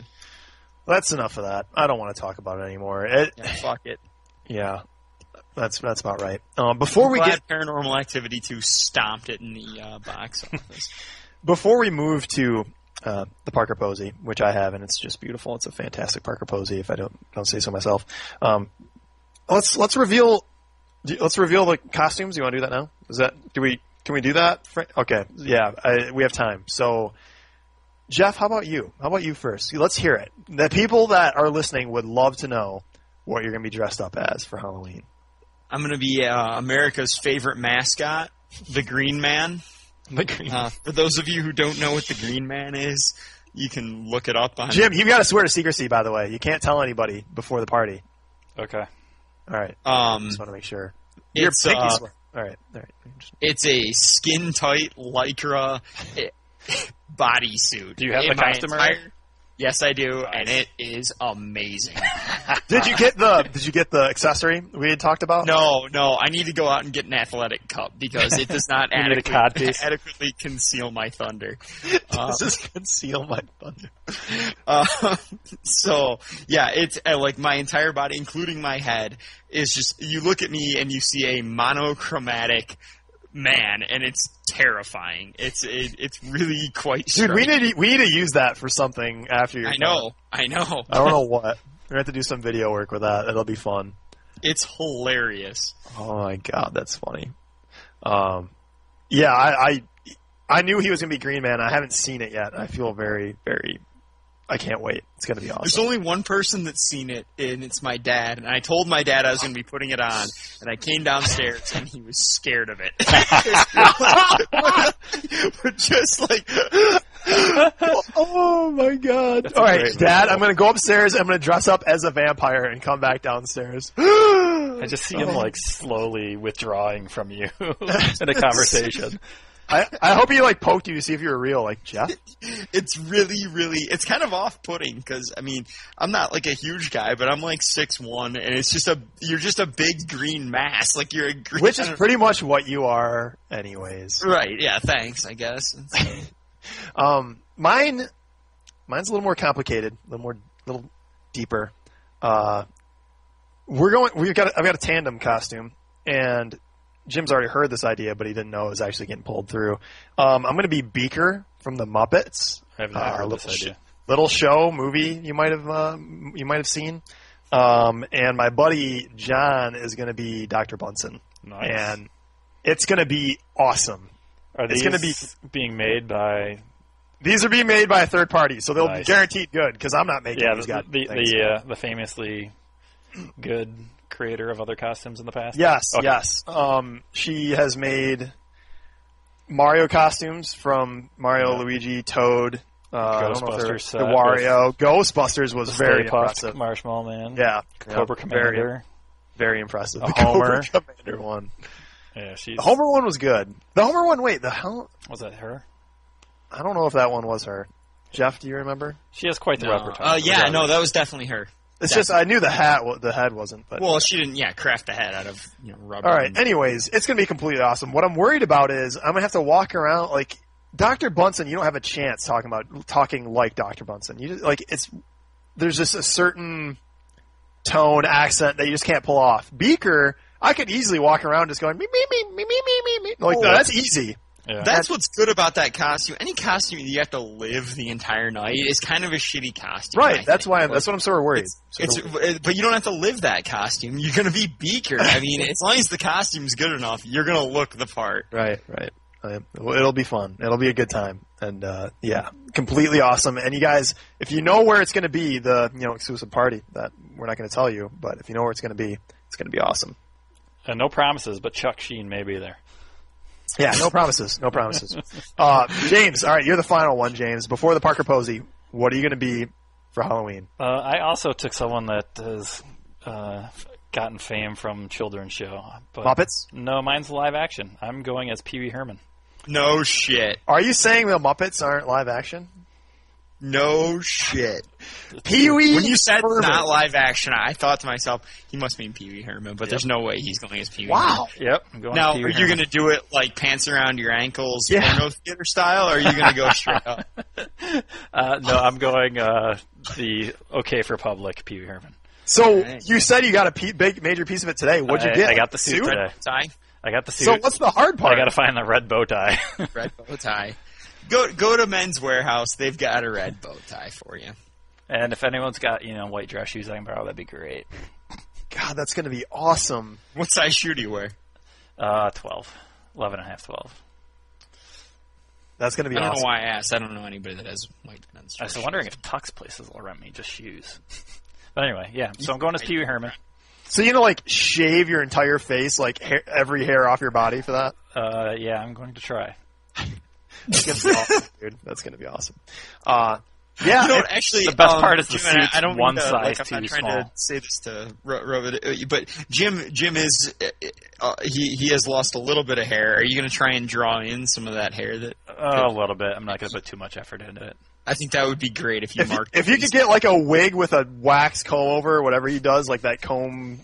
S1: That's enough of that. I don't want to talk about it anymore. It,
S3: yeah, fuck it.
S1: yeah. That's that's about right. Um, before we
S3: glad
S1: get
S3: Paranormal Activity 2 stomped it in the uh, box office.
S1: before we move to uh, the Parker Posey, which I have, and it's just beautiful. It's a fantastic Parker Posey, if I don't don't say so myself. Um, let's let's reveal do- let's reveal the costumes. You want to do that now? Is that do we can we do that? Fra- Okay, yeah, I, we have time. So, Jeff, how about you? How about you first? Let's hear it. The people that are listening would love to know what you're going to be dressed up as for Halloween.
S3: I'm going to be uh, America's favorite mascot, the Green Man.
S1: The green.
S3: Uh, for those of you who don't know what the Green Man is, you can look it up on.
S1: Jim, you've got to swear to secrecy, by the way. You can't tell anybody before the party.
S4: Okay.
S1: All right,
S3: Um,
S1: just want to make sure. Your
S3: it's,
S1: pinky
S3: uh,
S1: swear. All right, all right.
S3: it's a skin tight lycra eh, bodysuit.
S4: Do you have
S3: In
S4: the
S3: my
S4: costume
S3: entire-
S4: already?
S3: Yes, I do, and it is amazing.
S1: Did you get the Did you get the accessory we had talked about?
S3: No, no, I need to go out and get an athletic cup because it does not
S4: You need a
S3: adequately,
S4: cod piece.
S3: adequately conceal my thunder. Uh,
S1: Does this conceal my thunder?
S3: uh, so yeah, it's uh, like my entire body, including my head, is just you look at me and you see a monochromatic man, and it's terrifying. It's it, it's really quite.
S1: Dude, we
S3: striking.
S1: need to, we need to use that for something after your.
S3: I know, I know.
S1: I don't know what. We're gonna have to do some video work with that. It'll be fun.
S3: It's hilarious.
S1: Oh my god, that's funny. Um, yeah, I, I I knew he was gonna be Green Man. I haven't seen it yet. I feel very very I can't wait. It's gonna be
S3: There's
S1: awesome.
S3: only one person that's seen it, and it's my dad. And I told my dad I was going to be putting it on, and I came downstairs, and he was scared of it. but just like,
S1: Oh my god! All right, Dad, I'm gonna go upstairs. I'm gonna dress up as a vampire and come back downstairs.
S4: I just see
S1: Oh.
S4: him like slowly withdrawing from you in a conversation.
S1: I, I hope he like poked you to see if you were real, like Jeff.
S3: it's really, really, it's kind of off-putting because I mean, I'm not like a huge guy, but I'm like six one, and it's just a, you're just a big green mass, like you're a green,
S1: Which is pretty much what you are, anyways.
S3: right. Yeah, thanks. I guess. It's-
S1: Um, mine, mine's a little more complicated, a little more, little deeper. Uh, we're going. We've got. I've got a tandem costume, and Jim's already heard this idea, but he didn't know it was actually getting pulled through. Um, I'm going to be Beaker from the Muppets.
S4: I have
S1: Uh,
S4: not heard
S1: little
S4: this
S1: sh-
S4: idea.
S1: little show movie you might have um you might have seen. Um, and my buddy John is going to be Dr. Bunsen,
S4: Nice.
S1: and it's going to be awesome.
S4: Are
S1: it's
S4: these
S1: gonna
S4: being made by
S1: These are being made by a third party, so they'll
S4: Nice.
S1: be guaranteed good because I'm not making
S4: yeah
S1: these.
S4: the
S1: goddamn
S4: the,
S1: things.
S4: the, uh, the famously good creator of other costumes in the past?
S1: Yes,
S4: Okay.
S1: yes. Um, she has made Mario costumes from Mario,
S4: Yeah.
S1: Luigi, Toad, uh, I don't know if they're-
S4: Ghostbusters,
S1: the
S4: uh,
S1: Wario, Ghostbusters was
S4: Stay
S1: very
S4: Puft,
S1: impressive.
S4: Marshmallow Man,
S1: Yeah,
S4: Cobra
S1: Yeah, very,
S4: Commander.
S1: very impressive.
S4: A
S1: the Cobra
S4: Homer.
S1: Commander one.
S4: Yeah, she's
S1: The Homer one was good. The Homer one, wait, the hell?
S4: was that her?
S1: I don't know if that one was her. Jeff, do you remember?
S4: She has quite the
S3: no.
S4: repertoire.
S3: Uh, yeah,
S4: regardless.
S3: no, that was definitely her.
S1: It's
S3: Yeah.
S1: just I knew the hat, wa- the head wasn't. But
S3: Well, she didn't. Yeah, craft the head out of you know, rubber.
S1: all right.
S3: and-
S1: Anyways, it's gonna be completely awesome. What I'm worried about is I'm gonna have to walk around like Doctor Bunsen. You don't have a chance talking about talking like Doctor Bunsen. You just, like it's there's just a certain tone accent that you just can't pull off. Beaker, I could easily walk around just going me me me me me me me me. Like
S3: Oh.
S1: no, that's easy.
S4: Yeah.
S3: That's what's good about that costume. Any costume you have to live the entire night is kind of a shitty costume. I
S1: Right. That's
S3: think.
S1: why I'm,
S3: Like,
S1: that's what I'm sort of worried. Sort
S3: It's,
S1: of-
S3: but you don't have to live that costume. You're going to be Beaker. I mean, as long as the costume's good enough, you're going to look the part.
S1: Right, right. I, Oh, well, it'll be fun. It'll be a good time, and uh, yeah, completely awesome. And you guys, if you know where it's going to be, the you know exclusive party that we're not going to tell you, but if you know where it's going to be, it's going to be awesome.
S4: And Uh, no promises, but Chuck Sheen may be there.
S1: Yeah, no promises, no promises. uh, James, all right, you're the final one, James. Before the Parker Posey, what are you going to be for Halloween?
S4: Uh, I also took someone that has uh, f- gotten fame from children's show. But
S1: Muppets?
S4: No, mine's live action. I'm going as Pee Wee Herman.
S3: No shit.
S1: Are you saying the Muppets aren't live action?
S3: No shit.
S1: Pee Wee.
S3: When you said
S1: Herman.
S3: not live action, I thought to myself, he must mean Pee Wee Herman, but there's no way he's going as Pee Wee.
S1: wow,
S4: Yep. I'm going
S3: Now,
S4: as Pee
S3: are
S4: Wee
S3: you going to do it like pants around your ankles,
S1: Yeah.
S3: porno theater style, or are you going to go straight up?
S4: Uh, no, I'm going uh, the okay for public Pee Wee Herman.
S1: so
S3: Dang.
S1: you said you got a pe- big major piece of it today. What'd you
S4: I-
S1: get?
S4: I got the suit today.
S3: Tie?
S4: I got the suit.
S1: So what's the hard part?
S4: I got to find the red bow tie.
S3: red bow tie. Go go to Men's Warehouse. They've got a red bow tie for you.
S4: and if anyone's got you know white dress shoes, I can borrow. That'd be great.
S1: God, that's going to be awesome.
S3: What size shoe do you wear?
S4: Uh, 12. 11 and a half, 12.
S1: That's going to be
S3: I don't
S1: awesome.
S3: know why I asked. I don't know anybody that has white men's.
S4: I
S3: dress
S4: was
S3: shoes.
S4: wondering if Tux places will rent me just shoes. but anyway, yeah. So I'm going as Pee Wee Herman.
S1: So you know, like shave your entire face, like hair, every hair off your body for that.
S4: Uh, yeah, I'm going to try.
S1: That's gonna be awesome, dude. That's gonna be awesome. Uh, yeah,
S3: You know,
S1: it-
S3: actually,
S4: The best
S3: um,
S4: part is the
S3: Jim, and I-
S4: suit's
S3: I don't mean
S4: one
S3: to,
S4: size
S3: like, I'm
S4: too
S3: not trying to
S4: small.
S3: say this to ru- rub it, uh, but Jim, Jim is uh, uh, he he has lost a little bit of hair. Are you going to try and draw in some of that hair? That
S4: Uh, a little bit. I'm not going to put too much effort into it.
S3: I think that would be great if you
S1: if,
S3: marked.
S1: if you
S3: it.
S1: could get like a wig with a wax comb over, whatever he does, like that comb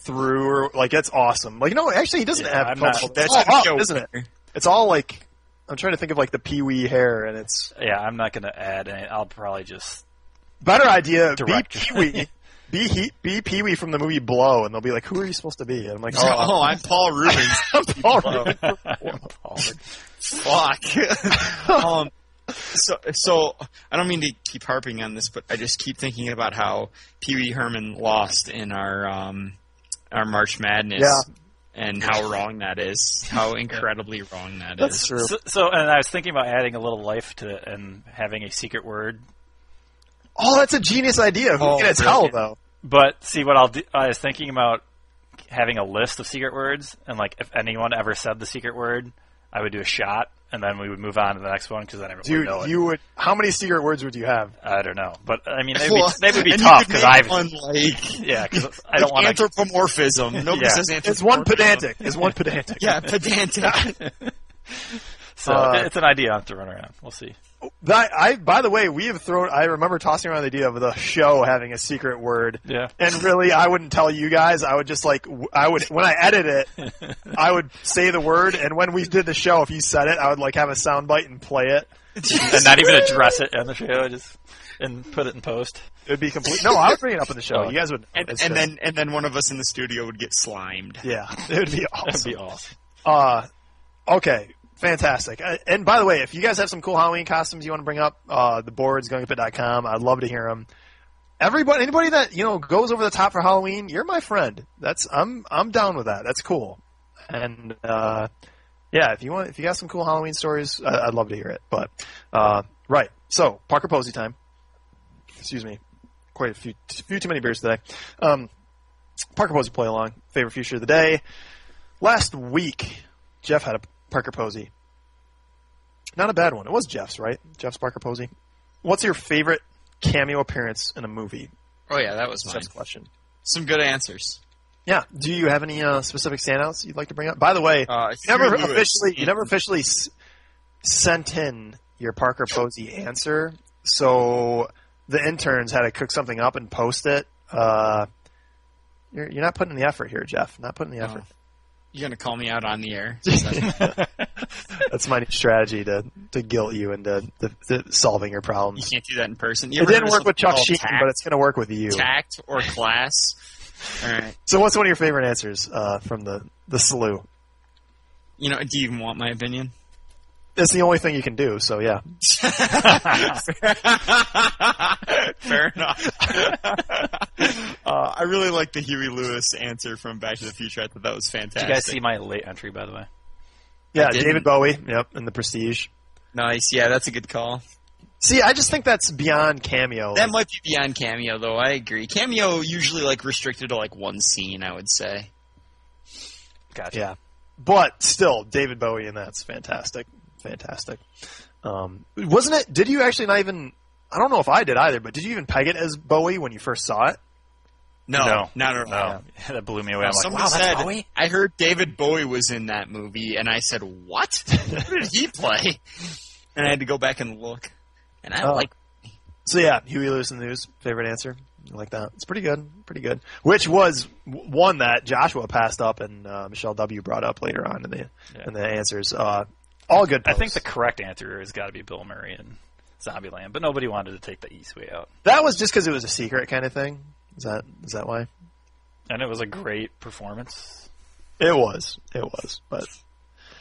S1: through, or like that's awesome. Like no, actually, he doesn't
S4: Yeah,
S1: have
S4: I'm
S1: comb.
S4: not-
S1: over.
S3: that's
S1: it's all
S3: gonna
S1: up,
S3: go
S1: isn't it? It's all like I'm trying to think of like the Pee Wee hair, and it's
S4: Yeah, I'm not going to add any. I'll probably just.
S1: better idea.
S4: Direct.
S1: Be Pee Wee. Be he, be Pee Wee from the movie Blow, and they'll be like, "Who are you supposed to be?" And I'm like, "Oh,
S3: Oh, I'm Paul Rubens.
S1: I'm Paul Rudd."
S3: fuck. um, so, so I don't mean to keep harping on this, but I just keep thinking about how Pee Wee Herman lost in our um, our March Madness,
S1: Yeah.
S3: and how wrong that is. How incredibly wrong that is.
S1: That's true.
S4: So, so, and I was thinking about adding a little life to it and having a secret word
S1: Oh, that's a genius idea. Who
S3: Oh,
S1: can tell
S3: brilliant.
S1: though?
S4: But see, what I'll do, I was thinking about having a list of secret words, and like if anyone ever said the secret word, I would do a shot, and then we would move on to the next one because then everyone
S1: Dude,
S4: would know it.
S1: you would. How many secret words would you have?
S4: I don't know, but I mean, they would
S3: Well,
S4: be, they would be
S3: and you
S4: tough
S3: could
S4: because
S3: make
S4: I've
S3: one like,
S4: yeah, because I don't
S3: like
S4: want to.
S3: anthropomorphism. Nobody
S4: Yeah.
S3: says anthropomorphism.
S1: It's one pedantic. It's one pedantic.
S3: Yeah, pedantic.
S4: So
S1: uh,
S4: it's an idea I'm throwing around. We'll see.
S1: That, I. By the way, we have thrown. I remember tossing around the idea of the show having a secret word.
S4: Yeah.
S1: And really, I wouldn't tell you guys. I would just like w- I would when I edit it, I would say the word, and when we did the show, if you said it, I would like have a soundbite and play it.
S4: and not even address it on the show, just and put it in post.
S1: It would be complete. No, I would bring it up in the show.
S4: Oh.
S1: You guys would.
S3: and,
S1: it's
S3: and
S1: just-
S3: then and then one of us in the studio would get slimed.
S1: yeah, it would be
S4: That'd
S1: awesome.
S4: be awesome.
S1: Uh, okay, fantastic. Uh, and by the way, if you guys have some cool Halloween costumes you want to bring up, uh, the board's com. I'd love to hear them. Everybody, anybody that you know goes over the top for Halloween, you're my friend. That's I'm I'm down with that. That's cool. And uh, yeah, if you want, if you got some cool Halloween stories, I, I'd love to hear it. But uh, right, so Parker Posey time. Excuse me, quite a few few too many beers today. Um, Parker Posey play along favorite feature of the day. Last week, Jeff had a Parker Posey. Not a bad one. It was Jeff's, right? Jeff's Parker Posey. What's your favorite cameo appearance in a movie?
S3: Oh yeah, that was
S1: That's
S3: mine.
S1: Jeff's question.
S3: Some good answers.
S1: Yeah. Do you have any uh, specific standouts you'd like to bring up? By the way,
S3: Uh,
S1: you never
S3: Huey Lewis
S1: officially you
S3: in-
S1: never officially s- sent in your Parker Posey answer, so the interns had to cook something up and post it. Uh, you're, you're not putting in the effort here, Jeff. Not putting in the effort.
S3: You're gonna call me out on the air.
S1: That's my new strategy to, to guilt you into the, the solving your
S3: You
S1: problems.
S3: can't do that in person. You
S1: It
S3: ever
S1: didn't
S3: heard
S1: work
S3: of
S1: with
S3: something
S1: Chuck
S3: called
S1: Sheen,
S3: tact,
S1: but it's going to work with you.
S3: tact or class. All right.
S1: So, what's one of your favorite answers uh, from the the slew?
S3: You know, do you even want my opinion?
S1: It's the only thing you can do. So, yeah.
S3: Fair enough. uh, I really like the Huey Lewis answer from Back to the Future. I thought that was fantastic.
S4: Did you guys see my late entry, by the way?
S1: Yeah,
S3: didn't.
S1: David Bowie. Yep, and the Prestige.
S3: nice. Yeah, that's a good call.
S1: See, I just think that's beyond cameo.
S3: That might be beyond cameo, though. I agree. Cameo usually like restricted to like one scene. I would say.
S4: Gotcha.
S1: yeah, but still, David Bowie, and that's fantastic, fantastic. Um, wasn't it? Did you actually not even? I don't know if I did either, but did you even peg it as Bowie when you first saw it?
S3: No,
S4: No.
S3: not at all.
S4: No, that blew me away.
S3: Now,
S4: I'm like,
S3: somebody
S4: wow,
S3: said,
S4: that's Bowie.
S3: I heard David Bowie was in that movie, and I said, "What? Who did he play?" And I had to go back and look. And I
S1: Oh.
S3: like
S1: So yeah, Huey Lewis in the News, favorite answer. I like that. It's pretty good. Pretty good. Which was w- one that Joshua passed up and uh, Michelle W brought up later on in the
S4: Yeah.
S1: in the answers. Uh, all good.
S4: I
S1: Posts.
S4: think the correct answer has got to be Bill Murray in Zombieland, but nobody wanted to take the easy way out,
S1: that was just because it was a secret kind of thing. Is that is that why?
S4: and it was a great performance.
S1: It was. It was. But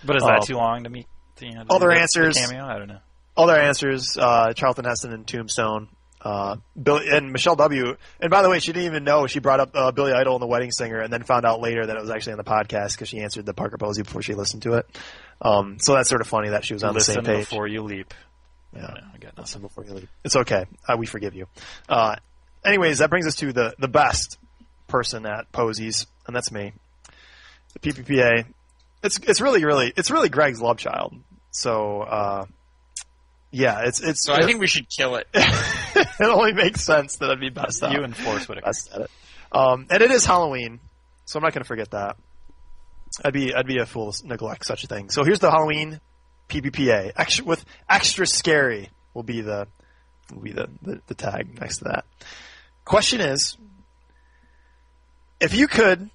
S4: But is
S1: Oh.
S4: that too long to meet? You know, to
S1: Other
S4: do the- the
S1: answers.
S4: cameo. I don't know.
S1: all their answers: uh, Charlton Heston and Tombstone. Uh, Bill and Michelle W. And by the way, she didn't even know she brought up uh, Billy Idol and the Wedding Singer, and then found out later that it was actually on the podcast because she answered the Parker Posey before she listened to it. Um, so that's sort of funny that she was on the
S4: Listen
S1: same page.
S4: before you leap.
S1: Yeah.
S4: No, I got
S1: Listen
S4: nothing.
S1: before you leave. It's okay. Uh, we forgive you. Uh, anyways, that brings us to the, the best person at Posey's, and that's me. The PPPA. It's it's really really it's really Greg's love child. So uh, yeah, it's it's
S3: So I think we should kill it.
S1: it only makes sense that I'd be best at
S4: You enforce what it
S1: best at it. Um, and it is Halloween, so I'm not going to forget that. I'd be I'd be a fool to neglect such a thing. So here's the Halloween PPPA extra, with extra scary will be the will be the, the, the tag next to that. Question is, if you could,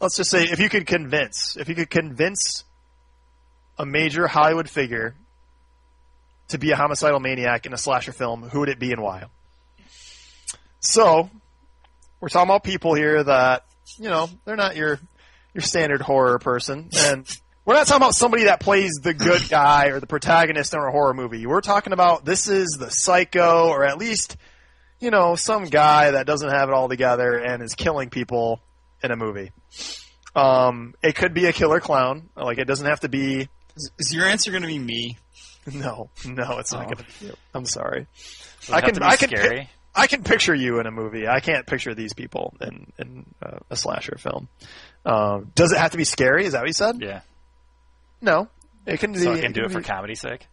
S1: let's just say, if you could convince, if you could convince a major Hollywood figure to be a homicidal maniac in a slasher film, who would it be and why? So, we're talking about people here that you know they're not your your standard horror person, and we're not talking about somebody that plays the good guy or the protagonist in a horror movie. We're talking about this is the psycho, or at least you know some guy that doesn't have it all together and is killing people in a movie. Um, it could be a killer clown, like it doesn't have to be
S3: Is, is your answer going to be me?
S1: No, no, it's not
S4: Oh.
S1: going to be you. I'm sorry.
S4: Does it
S1: I
S4: have
S1: can-
S4: to be
S1: I can pi-
S4: scary.
S1: I can picture you in a movie. I can't picture these people in in uh, a slasher film. Um, does it have to be scary? Is that what you said?
S4: yeah,
S1: No, it can.
S4: so
S1: be,
S4: I can do it for
S1: be-
S4: comedy's sake.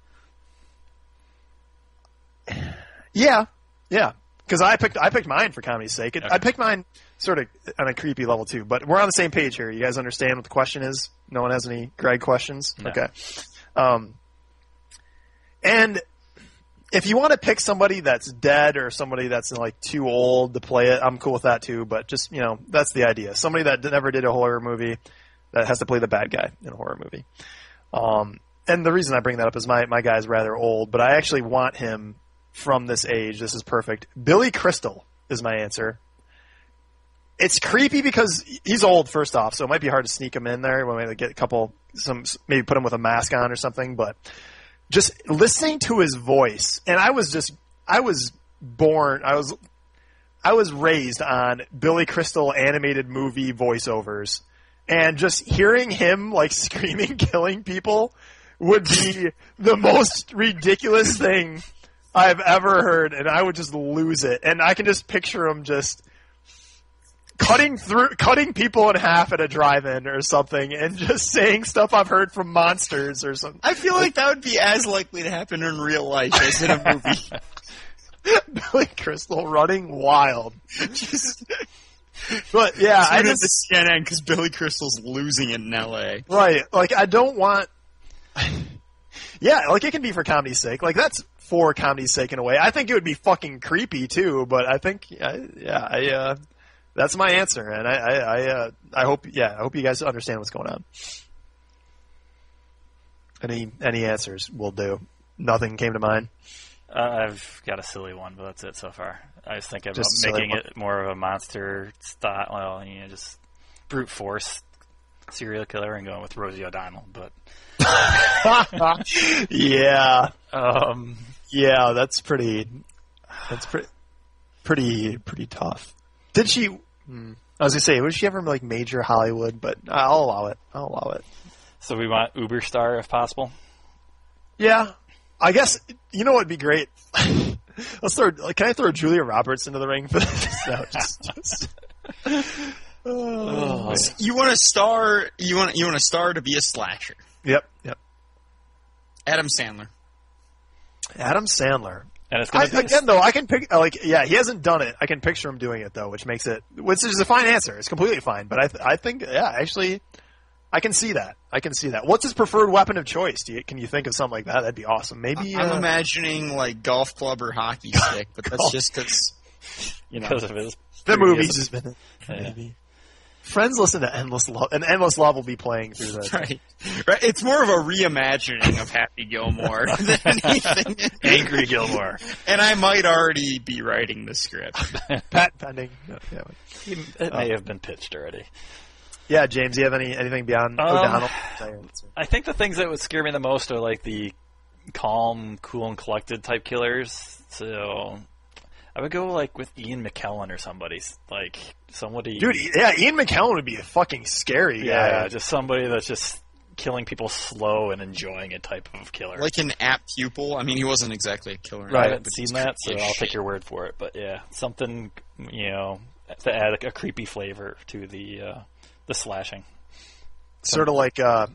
S1: Yeah, yeah. Because I picked I picked mine for comedy's sake. It, I
S4: Okay.
S1: picked mine sort of on a creepy level too. But we're on the same page here. You guys understand what the question is? No one has any Greg questions.
S4: No.
S1: Okay. Um, and if you want to pick somebody that's dead or somebody that's like too old to play it, I'm cool with that too. But just you know, that's the idea. Somebody that never did a horror movie that has to play the bad guy in a horror movie. Um, and the reason I bring that up is my my guy's rather old, but I actually want him from this age. This is perfect. Billy Crystal is my answer. It's creepy because he's old, first off, so it might be hard to sneak him in there. We might get a couple, some maybe put him with a mask on or something. But just listening to his voice, and I was just, I was born, I was, I was raised on Billy Crystal animated movie voiceovers, and just hearing him like screaming, killing people would be the most ridiculous thing I've ever heard, and I would just lose it. And I can just picture him just cutting through, cutting people in half at a drive-in or something, and just saying stuff I've heard from monsters or something.
S3: I feel like that would be as likely to happen in real life as in a movie.
S1: Billy Crystal running wild.
S3: Just
S1: But yeah, I
S3: tune
S1: just
S3: into CNN because Billy Crystal's losing in L.A.
S1: Right. Like I don't want Yeah, like it can be for comedy's sake. Like that's for comedy's sake in a way. I think it would be fucking creepy too, but I think I, yeah, I uh that's my answer and I I I, uh, I hope yeah, I hope you guys understand what's going on. Any any answers will do. Nothing came to mind.
S4: Uh, I've got a silly one, but that's it so far. I was thinking about
S1: Just silly
S4: making
S1: one.
S4: it more of a monster style, well, you know, just brute force serial killer and going with Rosie O'Donnell. But
S1: yeah.
S4: um,
S1: Yeah, that's pretty. That's pretty, pretty, pretty tough. Did she? Hmm, I was gonna say, was she ever like major Hollywood? But I'll allow it. I'll allow it.
S4: so we want Uber Star if possible.
S1: Yeah, I guess you know what'd be great. Let's throw. Like, can I throw Julia Roberts into the ring for this? No, just, just,
S4: Oh,
S3: You want a star? You want you want a star to be a slasher?
S1: yep, yep.
S3: Adam Sandler.
S1: Adam Sandler.
S4: and it's
S1: I,
S4: gonna be
S1: again, though, I can pick. Like, yeah, he hasn't done it. I can picture him doing it though, which makes it, which is a fine answer. It's completely fine. But I, th- I think, yeah, actually, I can see that. I can see that. What's his preferred weapon of choice? Do you, can you think of something like that? That'd be awesome. Maybe.
S3: I'm
S1: uh,
S3: imagining like golf club or hockey stick, but that's just because you know.
S4: because of his
S1: the
S4: previous-
S1: movie's just been.
S4: Yeah.
S1: Maybe. Friends listen to endless love, and endless love will be playing through the.
S3: Right. right. It's more of a reimagining of Happy Gilmore than anything.
S4: Angry Gilmore.
S3: And I might already be writing the script.
S1: Pat pending. Yeah, yeah.
S4: He, it may have been pitched already.
S1: Yeah, James, do you have any anything beyond
S4: Um,
S1: O'Donnell? Tell your answer.
S4: I think the things that would scare me the most are like the calm, cool, and collected type killers. So I would go like with Ian McKellen or somebody, s- like somebody,
S1: Dude, yeah, Ian McKellen would be a fucking scary guy.
S4: yeah, just somebody that's just killing people slow and enjoying it type of killer.
S3: like an apt pupil. I mean, he wasn't exactly a killer.
S4: I
S1: Right.
S4: haven't
S3: but
S4: seen
S3: he's
S4: that, so
S3: creepy as
S4: I'll
S3: shit.
S4: take your word for it. But yeah, something you know to add like, a creepy flavor to the uh, the slashing.
S1: sort of like uh,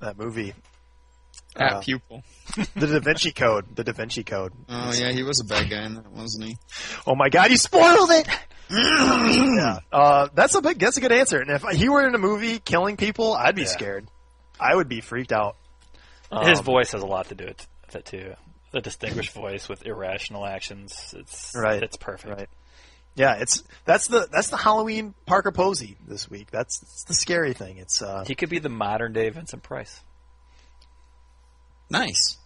S1: that movie,
S3: apt
S1: uh,
S3: pupil.
S1: The Da Vinci Code. The Da Vinci Code.
S3: Oh yeah, he was a bad guy in that, wasn't he?
S1: Oh my God, you spoiled it! yeah, uh, that's a big. That's a good answer. And if he were in a movie killing people, I'd be
S4: Yeah.
S1: scared. I would be freaked out.
S4: His
S1: Um,
S4: voice has a lot to do with that too. The distinguished voice with irrational actions. It's
S1: Right,
S4: It's perfect.
S1: right. Yeah, it's that's the that's the Halloween Parker Posey this week. That's, that's the scary thing. It's uh,
S4: He could be the modern day Vincent Price.
S3: Nice.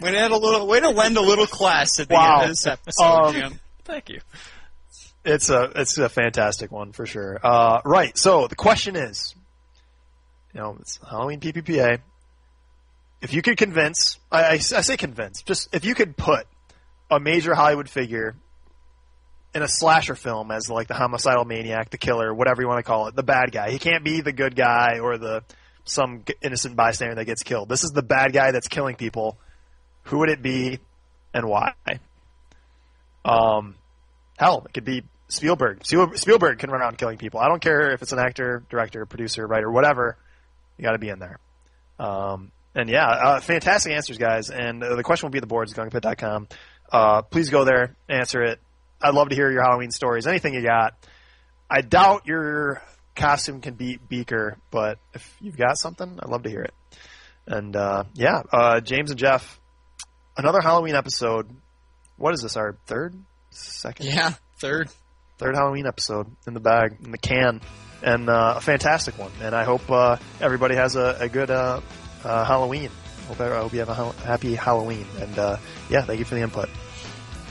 S3: way to add a little. Way to lend a little class at the
S1: Wow.
S3: end of this episode.
S1: Um,
S3: Jim.
S4: Thank you.
S1: It's a it's a fantastic one for sure. Uh, right. So the question is, you know, it's Halloween PPPA. If you could convince, I, I, I say convince, just if you could put a major Hollywood figure in a slasher film as like the homicidal maniac, the killer, whatever you want to call it, the bad guy. He can't be the good guy or the some g- innocent bystander that gets killed. This is the bad guy that's killing people. Who would it be, and why? Um, hell, it could be Spielberg. Spiel- Spielberg can run around killing people. I don't care if it's an actor, director, producer, writer, whatever. You got to be in there. Um, and yeah, uh, fantastic answers, guys. And uh, the question will be at the boards, gungpit.com. Uh, please go there, answer it. I'd love to hear your Halloween stories, anything you got. I doubt your costume can beat Beaker, but if you've got something, I'd love to hear it. And uh, yeah, uh, James and Jeff, another Halloween episode. What is this? Our third, second,
S3: Yeah, third.
S1: third Halloween episode in the bag, in the can, and uh, a fantastic one. And I hope uh, everybody has a, a good uh, uh, Halloween. Hope, I hope you have a hal- happy Halloween. And uh, yeah, thank you for the input.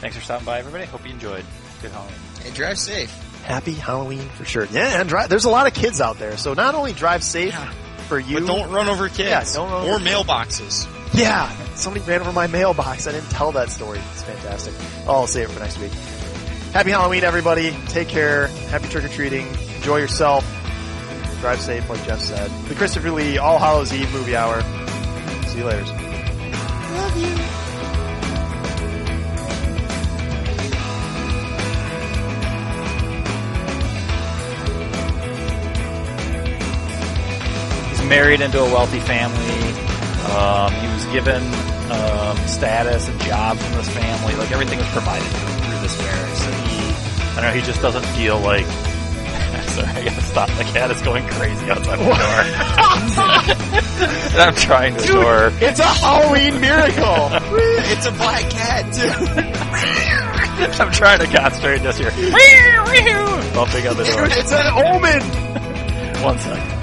S4: Thanks for stopping by, everybody. Hope you enjoyed. Good Halloween.
S3: Hey, drive safe.
S1: Happy Halloween for sure. Yeah, and dri there's a lot of kids out there, so not only drive safe
S3: Yeah.
S1: for you,
S3: But don't run over kids
S1: Yeah, don't run
S3: or
S1: over-
S3: mailboxes.
S1: Yeah, somebody ran over my mailbox. I didn't tell that story. It's fantastic. I'll save it for next week. Happy Halloween, everybody. Take care. Happy trick or treating. Enjoy yourself. Drive safe, like Jeff said. The Christopher Lee All Hallows Eve movie hour. See you later.
S4: He's married into a wealthy family. Um, he was given um, status and job from this family. Like everything was provided through this marriage. So he, I don't know. He just doesn't feel like. Sorry, I gotta stop. My cat is going crazy outside my door. and I'm trying to ignore.
S1: It's a Halloween miracle.
S3: It's a black cat too.
S4: I'm trying to concentrate this here. Bumping on the door.
S1: it's an omen.
S4: One second.